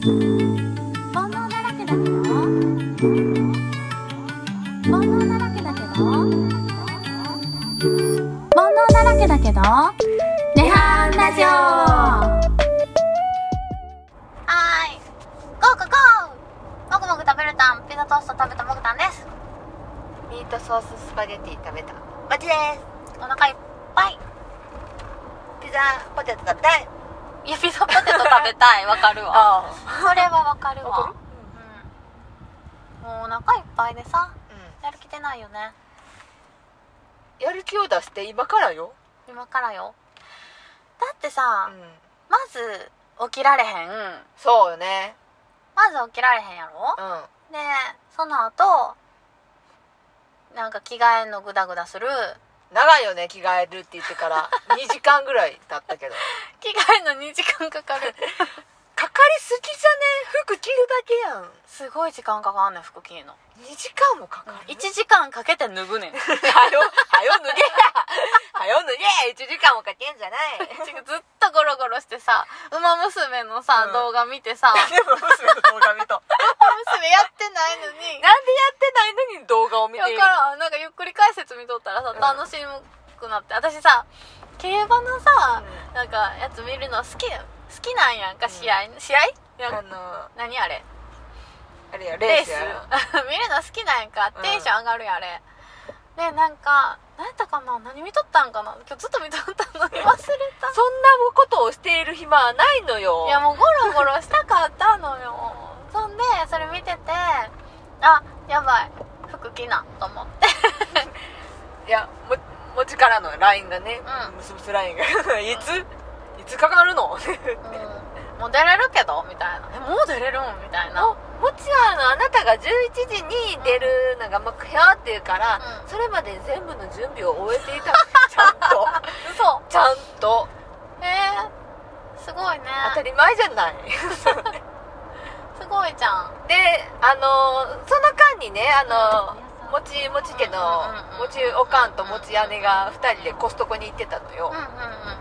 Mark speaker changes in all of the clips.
Speaker 1: 煩悩だらけだけど煩悩だらけだけど煩悩だらけだけど涅槃ラジオはーいゴーゴーゴーもぐもぐ食べるたんピザトースト食べたもぐたんです
Speaker 2: ミートソーススパゲティ食べたマチで
Speaker 1: お腹いっぱい
Speaker 2: すピザポテト食べたい
Speaker 1: いやピザポテト食べたいわかる わ
Speaker 2: あ
Speaker 1: それはわかる
Speaker 2: わか
Speaker 1: わ
Speaker 2: る
Speaker 1: うんもうお腹いっぱいでさ
Speaker 2: う
Speaker 1: やる気出ないよね
Speaker 2: んやる気を出して今からよ
Speaker 1: 今からよだってさ、
Speaker 2: ん
Speaker 1: まず起きられへん
Speaker 2: そうよね
Speaker 1: まず起きられへんやろ
Speaker 2: うん
Speaker 1: でその後なんか着替えんのグダグダする
Speaker 2: 長いよね着替えるって言ってから 2時間ぐらい経ったけど
Speaker 1: 着替えんの2時間かかる
Speaker 2: かかりすぎじゃね服着るだけやん
Speaker 1: すごい時間かかんねん服着るの
Speaker 2: 2時間もかかる
Speaker 1: 1時間かけて脱ぐねん
Speaker 2: はよはよ脱 げやはよ脱げ1時間もかけんじゃないで
Speaker 1: ずっとゴロゴロしてさ「ウマ娘」のさ、
Speaker 2: うん
Speaker 1: 動画見て さ
Speaker 2: も娘の動画見た
Speaker 1: 娘やってないのに
Speaker 2: なんでやってないのに動画を見
Speaker 1: だ
Speaker 2: てい
Speaker 1: か
Speaker 2: るの
Speaker 1: らんなんかゆっくり解説見とったらさ
Speaker 2: うん
Speaker 1: 楽しくなって、私さ競馬のさ、
Speaker 2: う
Speaker 1: なんかやつ見るの好き好きなんやんか試合、試合なん
Speaker 2: あ
Speaker 1: か
Speaker 2: の
Speaker 1: 何あれ
Speaker 2: あれや
Speaker 1: レ
Speaker 2: レ
Speaker 1: ー
Speaker 2: ー
Speaker 1: ス
Speaker 2: スや
Speaker 1: 見るの好きなんやんか
Speaker 2: うん
Speaker 1: テンション上がるやんあれ、でなんか何やったかな何見とったんかな今日ずっと見とったのに忘れた
Speaker 2: そんなことをしている暇はないのよ
Speaker 1: いやもうゴロゴロしたかったのよそんでそれ見ててあやばい服着なと思って
Speaker 2: いやも持ちからの LINE がね
Speaker 1: うん
Speaker 2: ムスムス LINE が いついつかかるの
Speaker 1: うんもう出れるけどみたいなえもう出れるんみたいな
Speaker 2: ももちやのあなたが11時に出るのが目標っていうから、
Speaker 1: うん
Speaker 2: それまで全部の準備を終えてい たちゃんと
Speaker 1: 嘘
Speaker 2: ちゃんと
Speaker 1: えー、すごいね
Speaker 2: 当たり前じゃない
Speaker 1: すごいじゃん
Speaker 2: であのーその間にねあのーもちもち家の
Speaker 1: うんうんうん
Speaker 2: もちおかんともち姉が2人でコストコに行ってたのよ、
Speaker 1: うんうんうん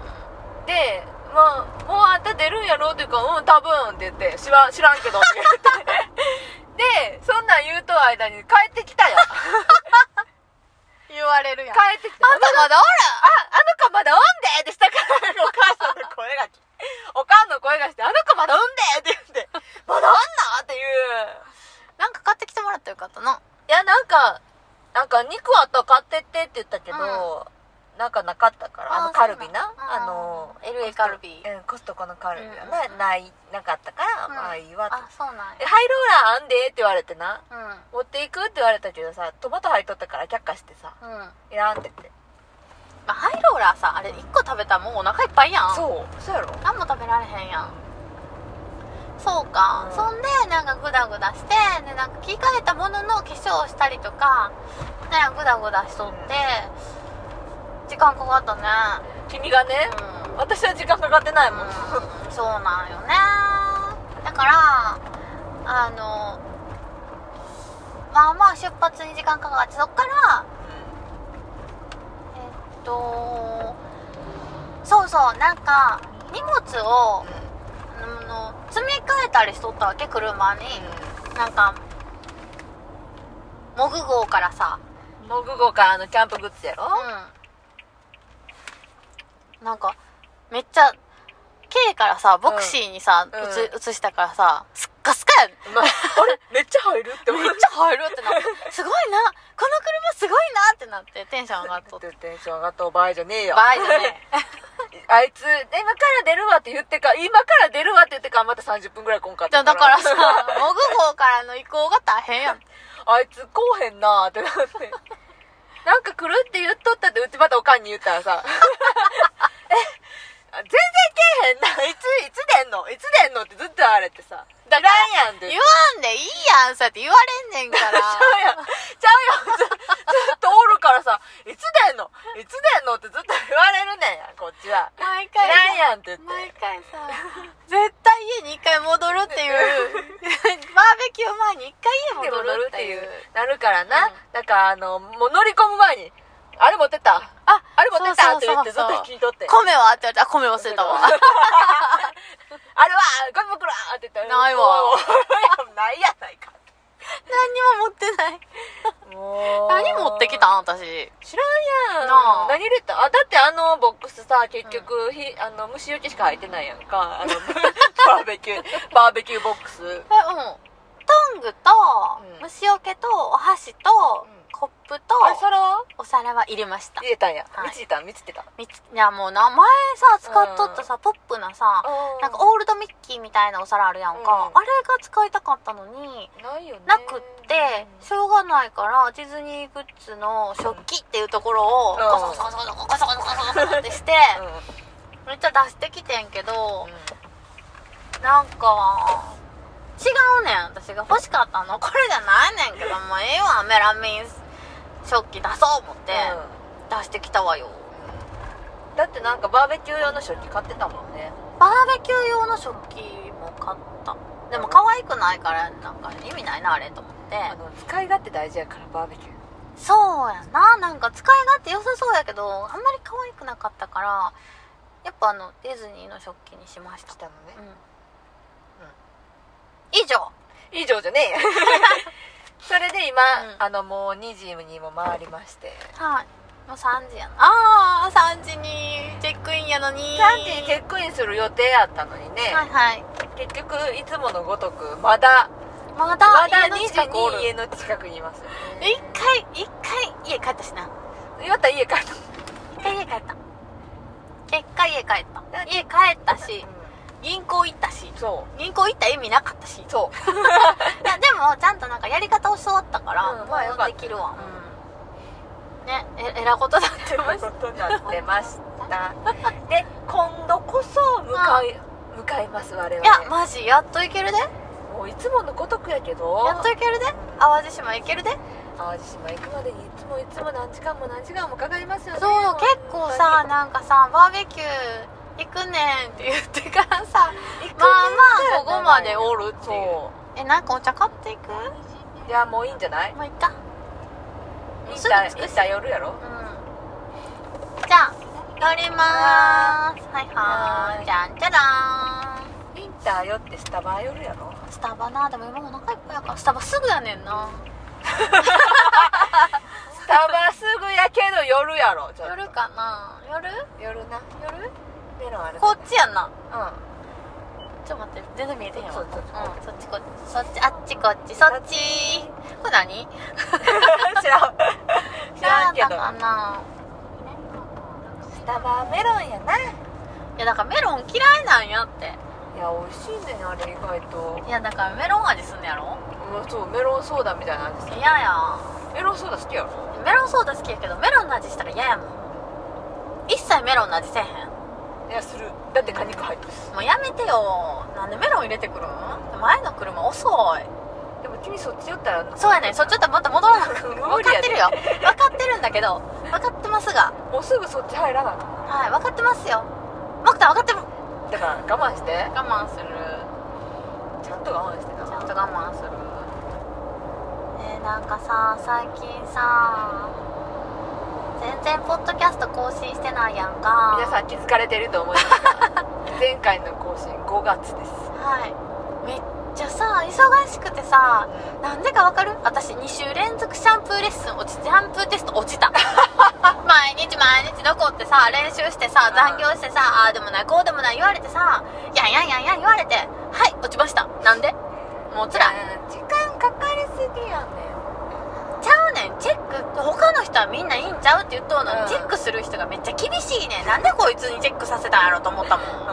Speaker 2: で、まあ、もうあんた出るんやろっていうから、うん、多分って言って、知らん、知らんけどって言って。で、 そんなん言うとる間に帰ってき たよ。
Speaker 1: 言われるやん
Speaker 2: 帰ってきた。
Speaker 1: あんたまだ
Speaker 2: あ、あの子まだおんでってしたから、お母さんの声がき、おかんの声がして、あの子まだおんでって言って、まだおんのっていう。
Speaker 1: おらんなんか買ってきてもらったらよかったない
Speaker 2: や、なんか、なんか肉あったら買ってってって言ったけど、なんかなかったから、あ
Speaker 1: あ
Speaker 2: のカルビ
Speaker 1: そ
Speaker 2: な
Speaker 1: う、なん
Speaker 2: あの、
Speaker 1: LA カルビ
Speaker 2: うん、コストコのカルビは
Speaker 1: うん
Speaker 2: ね、
Speaker 1: うんうん
Speaker 2: ない、なかったから、
Speaker 1: うん
Speaker 2: まあいいわと
Speaker 1: あそうなん
Speaker 2: で
Speaker 1: や
Speaker 2: ハイローラーあんでって言われてな
Speaker 1: う
Speaker 2: 持っていくって言われたけどさトマト入っとったから却下してさ
Speaker 1: んうんま
Speaker 2: いらんって言って
Speaker 1: あハイローラーさあれ1個食べたらもうお腹いっぱいやん
Speaker 2: そうそうやろ
Speaker 1: 何も食べられへんやんそうか、
Speaker 2: うん
Speaker 1: そんでなんかグダグダしてでなんか着替えたものの化粧をしたりとかねグダグダしとって、時間かかったね
Speaker 2: 君がね
Speaker 1: うん、
Speaker 2: 私は時間かかってないもん
Speaker 1: うん、そうなんよねだからあのまあまあ出発に時間かかってそっからえっとそうそうなんか荷物をあの積み替えたりしとったわけ車に、なんかモグ号からさ
Speaker 2: モグゴからのキャンプグッズやろ
Speaker 1: うんなんかめっちゃ K からさボクシーにさ、
Speaker 2: うん
Speaker 1: うつ移したからさすっかすかやね
Speaker 2: まああれめっちゃ入るって
Speaker 1: め
Speaker 2: 思
Speaker 1: っ
Speaker 2: っ
Speaker 1: ちゃ入るってなってすごいなこの車すごいなってなってテンション上がっと って
Speaker 2: てテンション上がったおばあじゃねえよ
Speaker 1: 場合じゃねえ
Speaker 2: あいつ今から出るわって言ってか今から出るわって言ってからまた30分ぐらいこんかっ
Speaker 1: じゃ
Speaker 2: た
Speaker 1: あだからさモグ号からの移行が大変やん
Speaker 2: あいつこうへんなーってなって。 なんか来るって言っとったって、うちまたおかんに言った らさ。え、全然来えへんな。いつ、いつ出んのいつ出んのってずっと言われてさ。だ
Speaker 1: だから
Speaker 2: らんやんって
Speaker 1: 言
Speaker 2: 言って。
Speaker 1: わんでいいやんそうやって言われんねんから
Speaker 2: ちゃうやん。ちゃうやん。ず ずっとおるからさ、いつ出んのいつ出んのってずっと言われるねんやん、こっちは。
Speaker 1: 毎
Speaker 2: 知ら
Speaker 1: 回さ
Speaker 2: んやんって言って。
Speaker 1: 毎回さ絶対家に一回戻るっていう バーベキュー前に一回家
Speaker 2: でも
Speaker 1: 戻
Speaker 2: 乗
Speaker 1: る
Speaker 2: る
Speaker 1: っ
Speaker 2: ってて
Speaker 1: い
Speaker 2: いうう。なるからな。
Speaker 1: うん
Speaker 2: だから、あの、もう乗り込む前に、あれ持ってった
Speaker 1: あ
Speaker 2: あれ持ってたって言ってず
Speaker 1: そ
Speaker 2: っ
Speaker 1: うそうそうそう
Speaker 2: と聞いとって。
Speaker 1: 米はって言われたあ米忘れたわ
Speaker 2: あれは、ゴミ袋って言ったら。
Speaker 1: ない わ
Speaker 2: もう。ないやないか。
Speaker 1: 何にも持ってない
Speaker 2: も
Speaker 1: 何持ってきたん私
Speaker 2: 知らんやん。
Speaker 1: なあ
Speaker 2: 何入れたあ、だってあのボックスさ、結局、ひあの、虫よけしか入ってないやんか。あの、 バーベキュー、バーベキューボックス。
Speaker 1: えうんトングと
Speaker 2: うん
Speaker 1: 虫よけとお箸と
Speaker 2: うん
Speaker 1: コップと
Speaker 2: あ、皿は
Speaker 1: お皿は入れました
Speaker 2: 入れたんや。
Speaker 1: はい
Speaker 2: 見つけた見つけた。
Speaker 1: みついやもう名前さ使っとったさポップなさなんかオールドミッキーみたいなお皿あるやんか、
Speaker 2: うん
Speaker 1: あれが使いたかったのに
Speaker 2: ないよね。
Speaker 1: なくってしょうがないからディズニーグッズの食器っていうところを
Speaker 2: うん
Speaker 1: ゴソゴソゴソゴソゴソゴソゴソゴソってして
Speaker 2: うん。うん
Speaker 1: めっちゃ出してきてんけどなんか違うねん私が欲しかったのこれじゃないねんけどもうええわメラミン食器出そう思って出してきたわよ、
Speaker 2: うんだってなんかバーベキュー用の食器買ってたもんね。
Speaker 1: バーベキュー用の食器も買ったでも可愛くないからなんか意味ないなあれと思って
Speaker 2: あの、使い勝手大事やから、バーベキュー。
Speaker 1: そうやななんか使い勝手良さそうやけどあんまり可愛くなかったからやっぱあのディズニーの食器にしました
Speaker 2: したのね
Speaker 1: うん、以上
Speaker 2: 以上じゃねえ それで今、
Speaker 1: うん
Speaker 2: あのもう2時にも回りまして
Speaker 1: はいもう3時やなああ3時にチェックインやのに
Speaker 2: 3時にチェックインする予定やったのにね、
Speaker 1: はいはい
Speaker 2: 結局いつものごとくまだ
Speaker 1: まだ
Speaker 2: まだ
Speaker 1: 家の
Speaker 2: 2
Speaker 1: 近
Speaker 2: 時
Speaker 1: くおる
Speaker 2: に家の近くにいますよね
Speaker 1: 一回一回家帰ったしな
Speaker 2: また家帰った
Speaker 1: 一回家帰った結果家帰った
Speaker 2: だ
Speaker 1: 家帰ったし
Speaker 2: う
Speaker 1: 銀行行ったし
Speaker 2: んそ
Speaker 1: 銀行行った意味なかったしいう
Speaker 2: そう
Speaker 1: やでもちゃんとなんかやり方を教わったから、
Speaker 2: うんまあよかった
Speaker 1: できるわ、うん、ねええらことだってまし
Speaker 2: そ
Speaker 1: た
Speaker 2: うとなってました で今度こそ向かい向かいます我々
Speaker 1: いやマジやっと行けるでや
Speaker 2: もういつものごとくやけど
Speaker 1: っと行けるで淡路島行けるで
Speaker 2: 淡路島行くまでにいつもいつも何時間も何時間もかかりますよね
Speaker 1: そう結構さなんかさバーベキュー行くねんって言ってからさまあまあここまでおるっていう
Speaker 2: そ
Speaker 1: えなんかお茶買っていく
Speaker 2: ういやもういいんじゃない
Speaker 1: まあいっか
Speaker 2: 行っ
Speaker 1: すぐ
Speaker 2: た
Speaker 1: 着く
Speaker 2: 行っ
Speaker 1: した
Speaker 2: 夜やろ
Speaker 1: うんじゃあ寄りまーすはいは
Speaker 2: はー
Speaker 1: ー
Speaker 2: い
Speaker 1: いじゃんじゃらーん
Speaker 2: インター寄ってスタバ夜やろ
Speaker 1: スタバなでも今お腹いっぱいやからスタバすぐやねんな
Speaker 2: スタバすぐやけど夜やろちょっと
Speaker 1: 夜かな夜
Speaker 2: 夜な
Speaker 1: 夜
Speaker 2: メロンある
Speaker 1: こっちやんな
Speaker 2: う
Speaker 1: ちょっと待って全然見えてへんわ
Speaker 2: そっちそっち
Speaker 1: うん、そっちこっちそっちあっちこっちそっちこれ何
Speaker 2: ん 知 らん知らんけど
Speaker 1: なんだかな
Speaker 2: スタバメロンやない
Speaker 1: やだからメロン嫌いなんやって
Speaker 2: いや美味しいねんあれ意外と
Speaker 1: いやだからメロン味すんのやろ
Speaker 2: うわそうメロンソーダみたいな味する
Speaker 1: 嫌や
Speaker 2: メロンソーダ好きやろ
Speaker 1: メロンソーダ好きやけどメロンの味したら嫌やもん一切メロンの味せえへん
Speaker 2: いやするだって果肉入ってるし
Speaker 1: もうやめてよなんでメロン入れてくるん前の車遅い
Speaker 2: でも君そっち寄ったら
Speaker 1: そうやねんそっちょっとまた戻らなく
Speaker 2: 無理
Speaker 1: 分
Speaker 2: や
Speaker 1: か
Speaker 2: ね
Speaker 1: ってるよ分かってるんだけど分かってますが
Speaker 2: もうすぐそっち入らなあかん
Speaker 1: はい分かってますよ僕たん分かってる
Speaker 2: だから我慢して
Speaker 1: 我慢する
Speaker 2: ちゃんと我慢してな
Speaker 1: ちゃんと我慢するねえなんかさ最近さ全然ポッドキャスト更新してないやんか
Speaker 2: 皆さん気づかれてると思い ますが前回の更新5月です
Speaker 1: はいめっちゃさ忙しくてさなんでかわかる私2週連続シャンプーレッスン落ちシャンプーテスト落ちた 毎日毎日どこってさ練習してさ残業してさああーでもないこうでもない言われてさやんやんやんやん言われてはい落ちましたなんでもう辛い
Speaker 2: 時間かかりすぎやね
Speaker 1: ちゃうねんチェック他の人はみんないいんちゃうって言っとうのに、
Speaker 2: うん
Speaker 1: チェックする人がめっちゃ厳しいねんなんでこいつにチェックさせたんやろと思ったも
Speaker 2: うん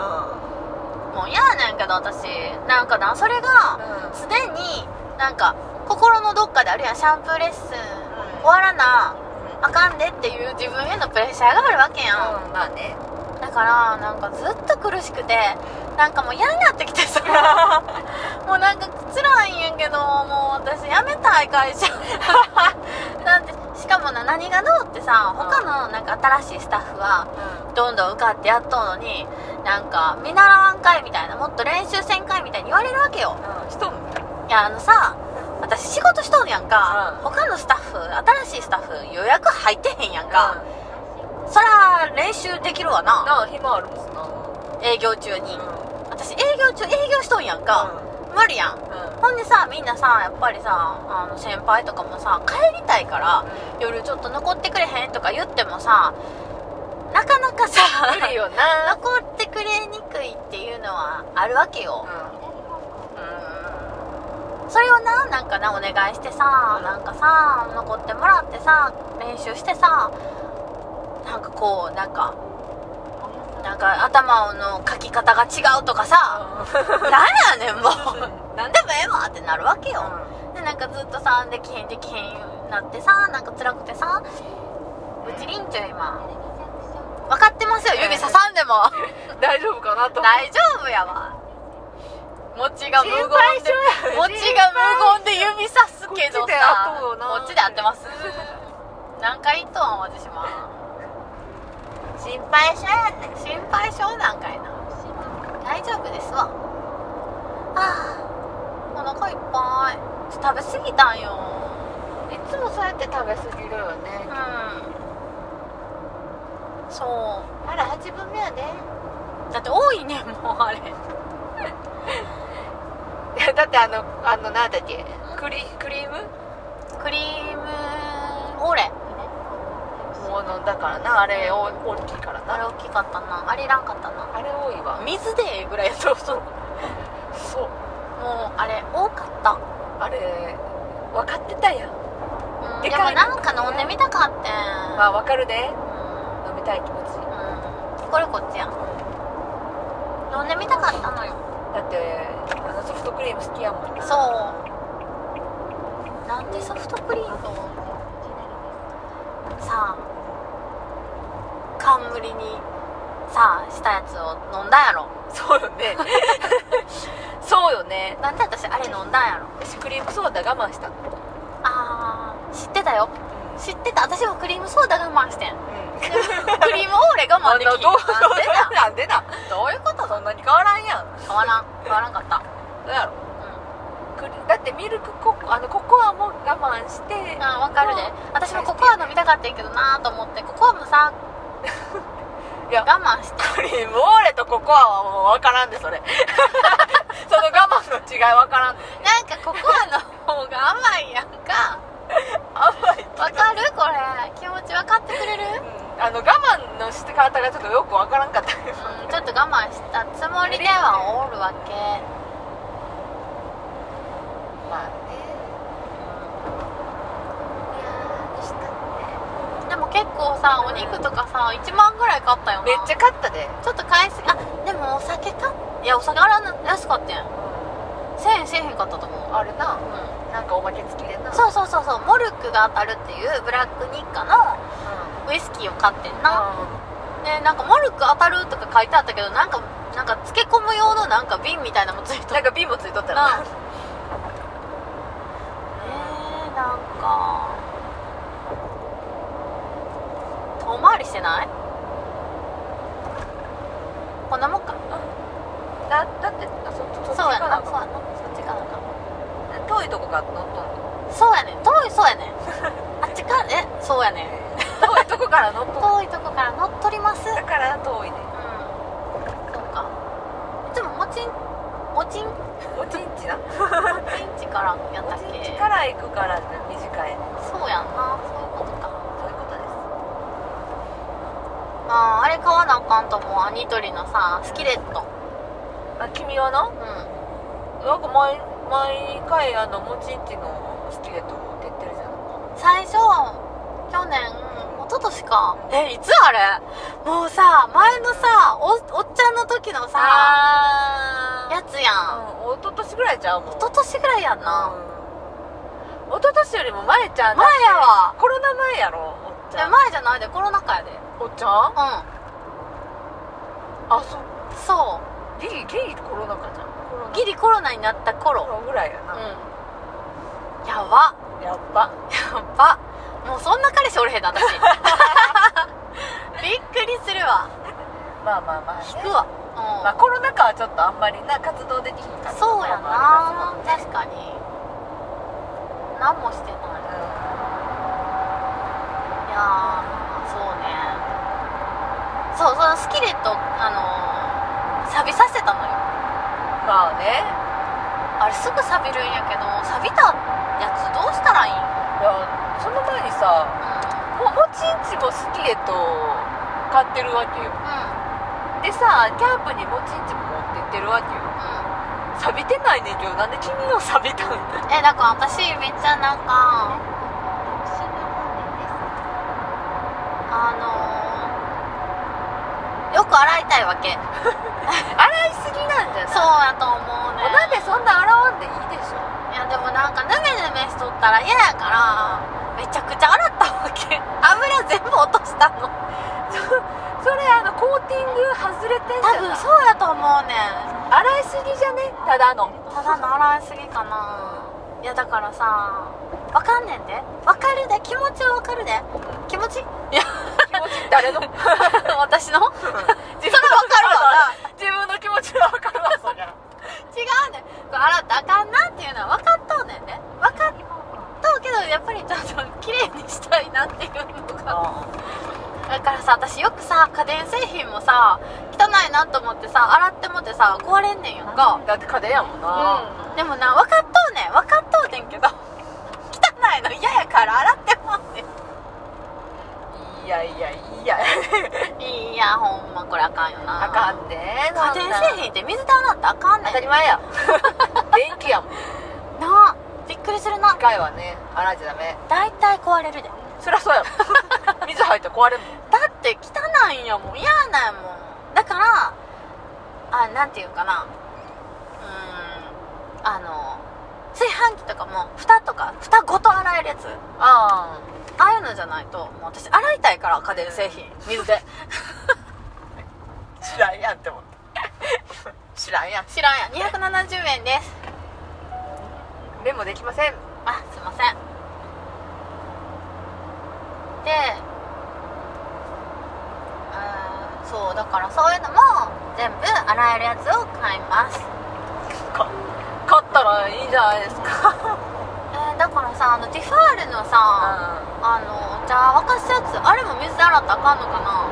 Speaker 2: ん
Speaker 1: もう嫌やねんけど私なんかなそれがすでになんか心のどっかであるやんシャンプーレッスン終わらなあかんでっていう自分へのプレッシャーがあるわけやん、
Speaker 2: まあね
Speaker 1: だからなんかずっと苦しくてなんかもう嫌になってきてさ もうなんか辛いんやけどもう私辞めたい会社 だってしかもな何がどうってさ他のなんか新しいスタッフはどんどん受かってやっとうのになんか見習わんかいみたいなもっと練習せんかいみたいに言われるわけよ
Speaker 2: しとんの
Speaker 1: いやあのさ私仕事しとんやんか、
Speaker 2: うん
Speaker 1: 他のスタッフ新しいスタッフ予約入ってへんやんか、
Speaker 2: が
Speaker 1: そら練習できるわな
Speaker 2: なあ暇あるもんな
Speaker 1: 営業中に私営業中営業しとんやんか、無理やん
Speaker 2: うんうん
Speaker 1: ほんでさみんなさやっぱりさあの先輩とかもさ帰りたいから夜ちょっと残ってくれへんとか言ってもさなかなかさ
Speaker 2: 無理よな
Speaker 1: 残ってくれにくいっていうのはあるわけよ、それをななんかなお願いしてさなんかさ残ってもらってさ練習してさなんかこうなんかなんか頭の書き方が違うとかさなんやねんもう なんでもええわってなるわけよ、でなんかずっとさできへんできへんなってさなんか辛くてさうちりんちゃん今分かってますよ指ささんでも
Speaker 2: うん大丈夫かなと思って
Speaker 1: 大丈夫やわ餅が無言
Speaker 2: 心配
Speaker 1: で
Speaker 2: 性
Speaker 1: 餅が無言で指さすけど
Speaker 2: こっちで
Speaker 1: さ
Speaker 2: 合っとうよな
Speaker 1: こっちで合ってます何回言っとん私も心配性やねん心配性なんかいな大丈夫ですわああお腹いっぱいちょっと食べ過ぎたんよ
Speaker 2: いつもそうやって食べ過ぎるよね
Speaker 1: うんそう
Speaker 2: あら8分目やね
Speaker 1: だって多いねんもうあれ
Speaker 2: い やだってあのあのなんだっけクリクリーム
Speaker 1: クリームオレ
Speaker 2: もう飲んだからなあれお大きいから
Speaker 1: あれ
Speaker 2: な
Speaker 1: 大きかったなあれいらんかったな
Speaker 2: あれ多いわ
Speaker 1: 水でええぐらいやと思うも う
Speaker 2: そう
Speaker 1: あれ多かった
Speaker 2: あれ分かってたやん
Speaker 1: うん
Speaker 2: で
Speaker 1: で
Speaker 2: か
Speaker 1: も
Speaker 2: い
Speaker 1: なんか飲んでみたかってん
Speaker 2: まあ分かるで
Speaker 1: う
Speaker 2: 飲みたい気持ち
Speaker 1: んうんこれこっちや飲んでみたかったのよ
Speaker 2: だってあのソフトクリーム好きやもんな
Speaker 1: そうなんでソフトクリームをさ冠にさしたやつを飲んだやろ
Speaker 2: そうよね そうよね
Speaker 1: なんで私あれ飲んだんやろ
Speaker 2: 私クリームソーダ我慢した
Speaker 1: あー知ってたよ
Speaker 2: う
Speaker 1: 知ってた私もクリームソーダ我慢してん
Speaker 2: ん
Speaker 1: クリームオーレ我慢でき
Speaker 2: ど
Speaker 1: ひ
Speaker 2: うんど
Speaker 1: なんでなん
Speaker 2: う なんでな
Speaker 1: どういうこと
Speaker 2: そんなに変わらんやん
Speaker 1: 変わらん変わらんかった
Speaker 2: どうやろ
Speaker 1: う
Speaker 2: クリだってミルクココあのココアも我慢して
Speaker 1: んあわか るで私もココア飲みたかったんやけどなと思ってココアも さ
Speaker 2: いや
Speaker 1: 我慢して
Speaker 2: クリームオーレとココアはもう分からんでそれ その我慢の違い分からんで
Speaker 1: なんかココアの方が甘いやんか
Speaker 2: 甘いけど
Speaker 1: わかるこれ気持ち分かってくれる
Speaker 2: うんあの我慢のして方がちょっとよく分からんかった
Speaker 1: うんちょっと我慢したつもりではおるわけ
Speaker 2: まあね
Speaker 1: うんでも結構さお肉とかさ1万ぐらい買ったよな
Speaker 2: めっちゃ買ったで
Speaker 1: ちょっと買いすぎあでもお酒かいやお酒あらな安かったやん1000円せえへんかったと思う
Speaker 2: あれな
Speaker 1: う
Speaker 2: なんかおまけ付きでなん
Speaker 1: そうそうそうそうモルクが当たるっていうブラック日課のウイスキーを買ってんな、
Speaker 2: う
Speaker 1: でなんかモルク当たるとか書いてあったけどなんかなんか漬け込む用のなんか瓶みたいなのもつい
Speaker 2: ん
Speaker 1: と
Speaker 2: な
Speaker 1: っ
Speaker 2: んか瓶もついとった
Speaker 1: た
Speaker 2: よな
Speaker 1: なえー、なんか遠回りしてないこんなもんか
Speaker 2: だだってあそそそっち
Speaker 1: そうや
Speaker 2: か
Speaker 1: な
Speaker 2: な
Speaker 1: そうやなそっちかなんか
Speaker 2: 遠いとこが乗っとんの
Speaker 1: そうやねん遠いそうやねん あっちかえそうやねん
Speaker 2: 遠いとこから乗っとんの
Speaker 1: 遠いとこから乗っ取ります
Speaker 2: だから遠いね
Speaker 1: うんそうかいつももちんもちんも
Speaker 2: おちんちな
Speaker 1: ちんちからやったっ
Speaker 2: おちん
Speaker 1: け
Speaker 2: ちから行くから短いね
Speaker 1: そうやんなそういうことか
Speaker 2: そういうことです
Speaker 1: あーあれ買わなあかんと思うアニトリのさスキレット
Speaker 2: あ君はな
Speaker 1: うん
Speaker 2: なんか毎毎回あのもちんちのスキレットを出てるじゃん
Speaker 1: 最初去年一昨年かえいつあれもうさ前のさおおっちゃんの時のさ
Speaker 2: あ
Speaker 1: やつやん
Speaker 2: うん一昨年ぐらいちゃうもん
Speaker 1: 一昨年ぐらいやんな
Speaker 2: うん一昨年よりも前ちゃう
Speaker 1: 前やわ
Speaker 2: コロナ前やろおっ
Speaker 1: い
Speaker 2: ちゃ
Speaker 1: や
Speaker 2: ん
Speaker 1: 前じゃないでコロナ禍やで
Speaker 2: おっちゃん
Speaker 1: う
Speaker 2: あそうん
Speaker 1: そ
Speaker 2: ギリギリコロナ禍じゃんコロ
Speaker 1: うギリコロナになった頃
Speaker 2: ナぐらいやな、
Speaker 1: うんやば
Speaker 2: やっぱ
Speaker 1: やっばもうそんな彼氏おれへん な私びっくりするわ
Speaker 2: まあまあまあ、ね
Speaker 1: 引くわ
Speaker 2: まあ、コロナ禍はちょっとあんまりな活動できひん
Speaker 1: う
Speaker 2: かっ
Speaker 1: ん
Speaker 2: た
Speaker 1: そうや
Speaker 2: まあまああ
Speaker 1: な確かに何もしてない
Speaker 2: ります
Speaker 1: いやーそうねのスキレットあの錆びさせたのよ
Speaker 2: まあね
Speaker 1: あれすぐ錆びるんやけど錆びたやつどうしたらいいん、
Speaker 2: いやその前にさ
Speaker 1: う
Speaker 2: ももちんちもスキレットを買ってるわけよ
Speaker 1: んうん
Speaker 2: でさキャンプにもちんちも持ってってるわけよ錆びてないねんけどなんで君の錆びたんだ
Speaker 1: うんえだから私めっちゃなんかあのー、よく洗いたいわけ
Speaker 2: 洗いすぎなんじゃない
Speaker 1: そうやと思うね
Speaker 2: お鍋そんな洗わんでいいでしょ
Speaker 1: いやでもなんかヌメヌメしとったら嫌やからめちゃくちゃ洗ったわけ 油全部落としたの
Speaker 2: それあのコーティング外れてん
Speaker 1: 多
Speaker 2: じゃな
Speaker 1: 分
Speaker 2: い
Speaker 1: そうやと思うねん
Speaker 2: 洗いすぎじゃねただの
Speaker 1: ただの洗いすぎかないやだからさわかんねんでわかるで気持ちはわかるで気持ち
Speaker 2: 気持ち誰 の自
Speaker 1: 私の それわかる
Speaker 2: 分
Speaker 1: わ な
Speaker 2: 自分の気持ちは分かるわそ りゃ
Speaker 1: 違うねんこれ洗ったらあかんなっていうのは分かっとうねんね分かっとうけどやっぱりちょっと綺麗にしたいなっていうのがだからさ私よくさ家電製品もさ汚いなと思ってさ洗ってもってさ壊れんねんやんか
Speaker 2: だって家電やもんな、
Speaker 1: でもな分かっとうねん分かっとうねんけど 汚いの嫌やから洗ってもんね
Speaker 2: いやいやいや
Speaker 1: んいやほんまこれあかんよな
Speaker 2: あかんで
Speaker 1: 家電製品って水で洗ったらあかんね
Speaker 2: 当
Speaker 1: ん
Speaker 2: たり 前や電気やもん
Speaker 1: なあびっくりするな
Speaker 2: 機械はね洗っちゃダメ
Speaker 1: 大体壊れるで
Speaker 2: そりゃそうや ろ水入って壊れるもん
Speaker 1: だって汚いんやもん嫌なんやもんだからあなんていうかなうーんあの炊飯器とかも蓋とか蓋ごと洗えるやつ
Speaker 2: あ
Speaker 1: ああいうのじゃないともう私洗いたいから家電製品水で
Speaker 2: あ知らんやんって思った知らんやん
Speaker 1: 知らんや270円です
Speaker 2: メモできません
Speaker 1: あすいませんでうーんそうだからそういうのも全部洗えるやつを買います
Speaker 2: か買ったらいいじゃないですか
Speaker 1: えーだからさあのディファールのさ、あのじゃあ沸かすやつあれも水で洗ったらあかんのかな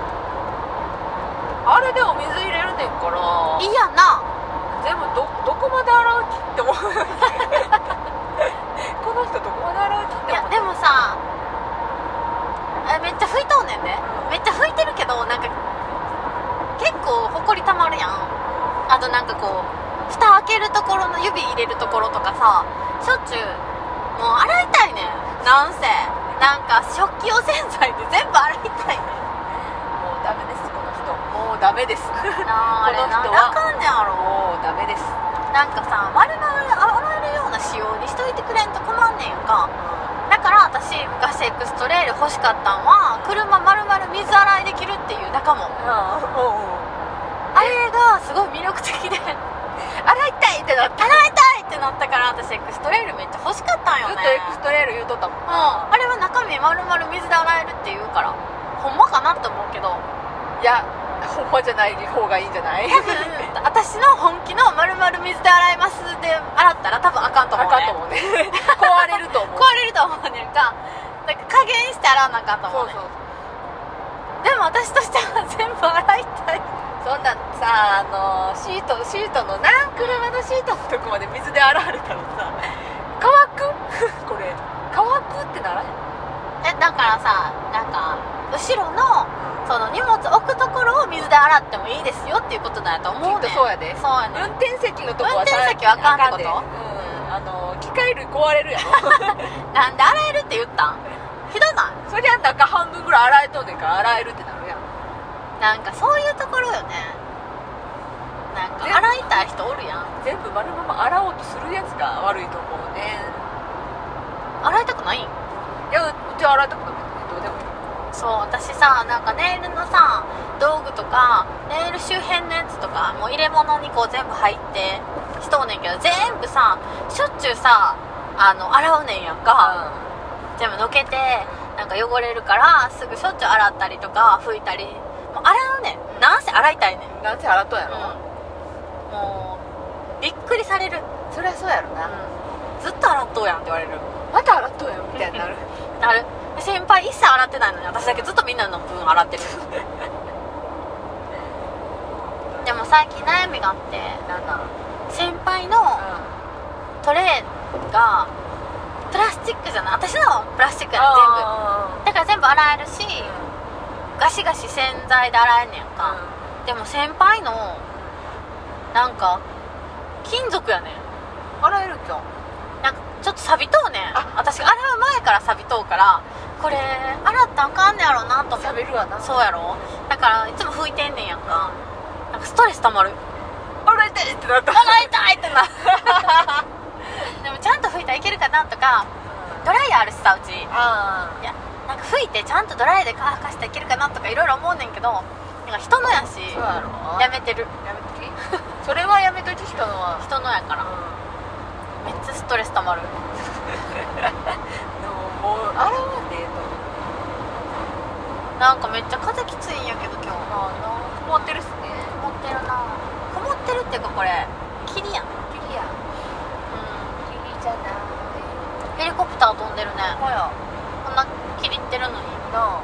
Speaker 2: あれでも水入れるねんから
Speaker 1: いいやんな
Speaker 2: 全部どどこまで洗う気って思う この人どこまで洗う気
Speaker 1: い
Speaker 2: って
Speaker 1: やで
Speaker 2: 思う
Speaker 1: もさえめっちゃ拭いとうねんねめっちゃ拭いてるけどなんか結構ほこりたまるやんあとなんかこう蓋開けるところの指入れるところとかさしょっちゅうもう洗いたいねんなんせなんか食器用洗剤で全部洗いたいねん
Speaker 2: もうダメですこの人もうダメです
Speaker 1: なああれ
Speaker 2: この
Speaker 1: なん
Speaker 2: 人
Speaker 1: で
Speaker 2: は
Speaker 1: あかんねやろ
Speaker 2: もうダメです、
Speaker 1: なんかさ丸々洗えるような仕様にしといてくれんと困んねんやんかだから私昔エクストレイル欲しかったんは車丸々水洗いできるっていう中も
Speaker 2: うん
Speaker 1: あれがすごい魅力的で 洗いたいってなった洗いたいってなったから私エクストレイルめっちゃ欲しかったんよ
Speaker 2: ずっ
Speaker 1: ね
Speaker 2: とエクストレール言うとったもん
Speaker 1: うんあれは中身丸々水で洗えるっていうからほんまかなって思うけど
Speaker 2: いやほんまじゃない方がいいんじゃない
Speaker 1: 多分私の本気の丸々水で洗いますで洗ったら多分あかんと
Speaker 2: あ
Speaker 1: 思う、ね、
Speaker 2: かんと思うね壊れると思う
Speaker 1: 壊れると思うねんかなんか加減して洗わなあかんと
Speaker 2: そ
Speaker 1: 思
Speaker 2: う
Speaker 1: うねん
Speaker 2: そう
Speaker 1: でも私としては全部洗いたい
Speaker 2: そんなんさあのシートシートのな車のシートのとこまで水で洗われたらさ乾く これ乾くってならへ
Speaker 1: え
Speaker 2: ん
Speaker 1: だからさなんか後ろのその荷物置くところを水で洗ってもいいですよっていうことだと思う
Speaker 2: き
Speaker 1: ねん
Speaker 2: っとそうやで
Speaker 1: そうやねん
Speaker 2: 運転席のとこはさ
Speaker 1: 運転席はあかんってこと
Speaker 2: でうんあの機械類壊れるやろ
Speaker 1: なんで洗えるって言ったんひどない
Speaker 2: そりゃ中半分ぐらい洗えとんねんから洗えるってなるやん
Speaker 1: なんかそういうところよねなんか洗いたい人おるやん
Speaker 2: 全部丸まま洗おうとするやつが悪いと思うね
Speaker 1: 洗いたくないん
Speaker 2: いやうちは洗いたくなくてどうでもいい
Speaker 1: そう私さなんかネイルのさ道具とかネイル周辺のやつとかもう入れ物にこう全部入ってしとうねんけど全部さしょっちゅうさあの洗うねんやんか、全部のけてなんか汚れるからすぐしょっちゅう洗ったりとか拭いたりもう洗うねんなんせ洗いたいねん、うん、
Speaker 2: なんせ洗っとんやろ、
Speaker 1: もうびっくりされる、
Speaker 2: そりゃそうやろな、
Speaker 1: うん、ずっと洗っとうやんって言われる
Speaker 2: また洗っとんやんみたいに なる
Speaker 1: なるで先輩一切洗ってないのに私だけずっとみんなの分洗ってる最近悩みがあって
Speaker 2: なんなん
Speaker 1: 先輩のトレーがプラスチックじゃない私のはプラスチックやね全部だから全部洗えるし
Speaker 2: 全
Speaker 1: ガシガシ洗剤で洗えんねんか、でも先輩のなんか金属やねん
Speaker 2: 洗えるじゃん
Speaker 1: なんかちょっと錆びとうねん
Speaker 2: あ
Speaker 1: 私洗う前から錆びとうからこれ洗ったらあかんねやろなと思って
Speaker 2: 喋るわな
Speaker 1: そうやろだからいつも拭いてんねんやんかなんかストレス溜ま る
Speaker 2: 洗いたいってなった
Speaker 1: 洗いたいってな でもちゃんと拭いたらいけるかなとかドライヤーあるしさうちい
Speaker 2: あ
Speaker 1: やなんか拭いてちゃんとドライヤーで乾かしていけるかなとかいろいろ思うねんけどなんか人のやし
Speaker 2: そうやろ
Speaker 1: やめてる
Speaker 2: やめときそれはやめとき人のは
Speaker 1: 人のやから
Speaker 2: う
Speaker 1: めっちゃストレス溜まる
Speaker 2: んでももう洗わんでええと思う
Speaker 1: なんかめっちゃ風きついんやけど今日
Speaker 2: まあな曇ってるしね
Speaker 1: 曇ってるな曇ってるっていうかこれ霧やん、う
Speaker 2: 霧や
Speaker 1: ん、
Speaker 2: 霧じゃない
Speaker 1: ヘリコプター飛んでるね
Speaker 2: ほや
Speaker 1: こんな霧ってるのに
Speaker 2: なあ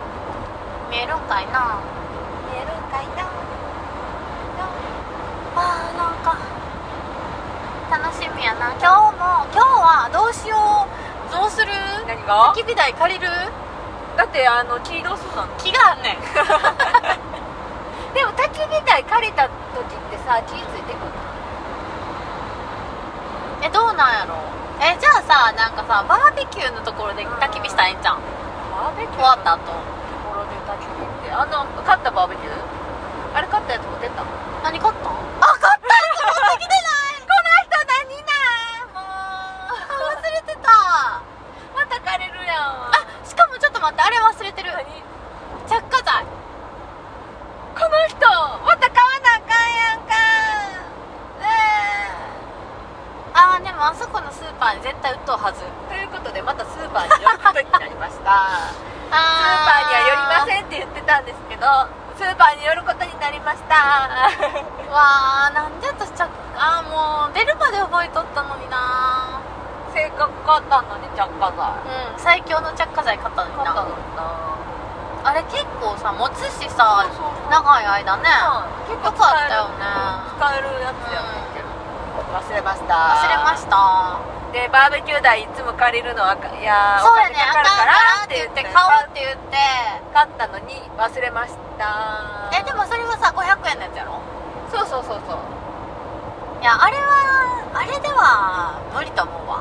Speaker 1: 見えるんかいな
Speaker 2: 見えるんかいな
Speaker 1: あーなんか楽しみやな今日も今日はどうしようどうする
Speaker 2: 何
Speaker 1: 焚
Speaker 2: が
Speaker 1: き火台借りる
Speaker 2: だってあの霧どうすんの
Speaker 1: 気があんねん
Speaker 2: でも焚き火台借りた時ってさ気ぃついてくる
Speaker 1: えどうなんやろえじゃあさなんかさバーベキューのところで焚き火したらええんちゃん
Speaker 2: バーベキュ
Speaker 1: 終わ
Speaker 2: ー
Speaker 1: った後
Speaker 2: ところで焚き火ってあの買ったバーベキューあれ買ったやつ持ってったこ
Speaker 1: 何買ったんあ買ったやつ持ってきてないこの人何なんもう忘れてた
Speaker 2: また借りるやん
Speaker 1: あ
Speaker 2: あ
Speaker 1: しかもちょっと待ってあれ忘れてる
Speaker 2: 何
Speaker 1: 着火剤
Speaker 2: この人また買わなあかんやんか
Speaker 1: あーでもあそこのスーパーに絶対売っとうはず
Speaker 2: ということでまたスーパーに寄った時になりました
Speaker 1: スーパーに
Speaker 2: スーパーには
Speaker 1: ん
Speaker 2: 寄りませんって言ってたんですけどスーパーに寄ることになりました
Speaker 1: わあなんで私着ああもう出るまで覚えとったのにな
Speaker 2: せっかく買ったのに着火剤
Speaker 1: うん最強の着火剤買ったのに
Speaker 2: 買った
Speaker 1: な
Speaker 2: のにな
Speaker 1: あれ結構さ持つしさ
Speaker 2: そうそうそう
Speaker 1: 長い間ねよ
Speaker 2: 結構
Speaker 1: か
Speaker 2: 使
Speaker 1: った
Speaker 2: える
Speaker 1: よね
Speaker 2: 使えるやつやねんけど忘れました
Speaker 1: 忘れました
Speaker 2: でバーベキュー代いつも借りるのはかいやー
Speaker 1: そうやね
Speaker 2: お金
Speaker 1: あ
Speaker 2: かか
Speaker 1: かん
Speaker 2: るか
Speaker 1: からら
Speaker 2: っ
Speaker 1: ってて
Speaker 2: 言
Speaker 1: 言
Speaker 2: っ
Speaker 1: ってて
Speaker 2: 買
Speaker 1: 買
Speaker 2: お
Speaker 1: お
Speaker 2: う
Speaker 1: う
Speaker 2: っ
Speaker 1: ってて言って
Speaker 2: 買ったのに忘れました
Speaker 1: えでもそれはさ500円のやつやろ
Speaker 2: そうそうそうそう
Speaker 1: いやあれはあれでは無理と思うわ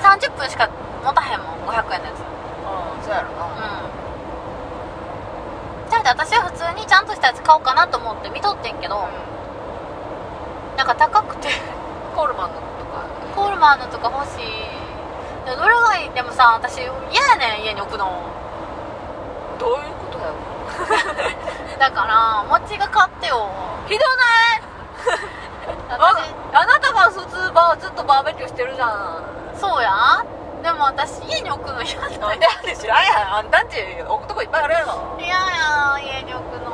Speaker 2: 三
Speaker 1: 30分しか持たへんもん500円のやつ
Speaker 2: うんそうやろな
Speaker 1: うんじゃあ私は普通にちゃんとしたやつ買おうかなと思って見とってんけど、なんか高くて
Speaker 2: コールマンのとか
Speaker 1: コールマンのとか欲しいでどれがいいでもさ私嫌やねん家に置くの
Speaker 2: どういうことだよ
Speaker 1: だから餅が買ってよ
Speaker 2: ひどないわ
Speaker 1: 私
Speaker 2: あなたが普通バーずっとバーベキューしてるじゃん
Speaker 1: そうやでも私家に置くの嫌だ
Speaker 2: なんであんで知らんやんあんたんち置くとこいっぱいあるやろ
Speaker 1: 嫌や家に置くの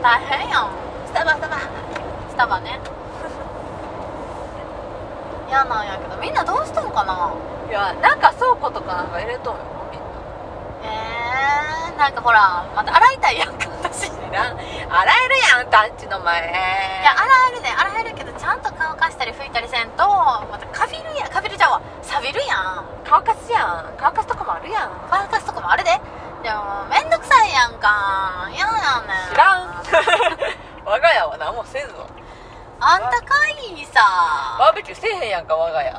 Speaker 1: 大変やん
Speaker 2: スタバスタバ
Speaker 1: スタバね嫌なんやけどみんなどうしとんかない
Speaker 2: やなんか倉庫とかなんか入れとんよみんな
Speaker 1: えー、なんかほらまた洗いたいやんか 私い
Speaker 2: 知らん洗えるやんあんたんちの前
Speaker 1: や洗えるね洗えるけどちゃんと乾かしたり拭いたりせんとまたカビるやんカビるちゃうわ錆びるやん
Speaker 2: 乾かすやん乾かすとこもあるやん
Speaker 1: 乾かすとこもあるででもめんどくさいやんか嫌やねん
Speaker 2: 知らん 我が家は何もせんぞ
Speaker 1: あんたかいさ
Speaker 2: バーベキューせえへんやんか我が家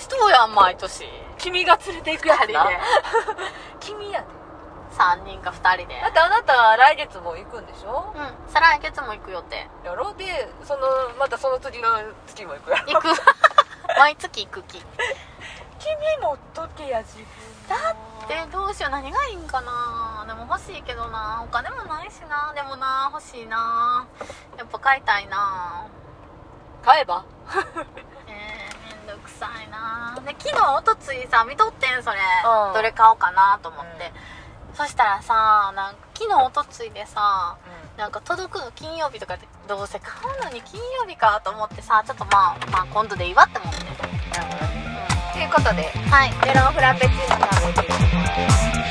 Speaker 1: しとうやん毎年
Speaker 2: 君が連れて行くやつな君やで
Speaker 1: 3人か2人で
Speaker 2: だってあなた来月も行くんでしょ
Speaker 1: うん再来月も行く予定
Speaker 2: やろでそのまたその次の月も行くやろ
Speaker 1: 行 く毎月行く気
Speaker 2: 君もとけや自分だ
Speaker 1: でどうしよう何がいいんかなでも欲しいけどなお金もないしなでもな欲しいなやっぱ買いたいな
Speaker 2: 買えば
Speaker 1: えー、めんどくさいなで昨日おとついさ見とってんそれ、
Speaker 2: うん
Speaker 1: どれ買おうかなと思って、そしたらさなんか昨日おとついでさなんか届くの金曜日とかでどうせ買うのに金曜日かと思ってさちょっとまあまあ今度でいいわって思って、
Speaker 2: ということで
Speaker 1: はい
Speaker 2: メロンフラペチーノ食べてる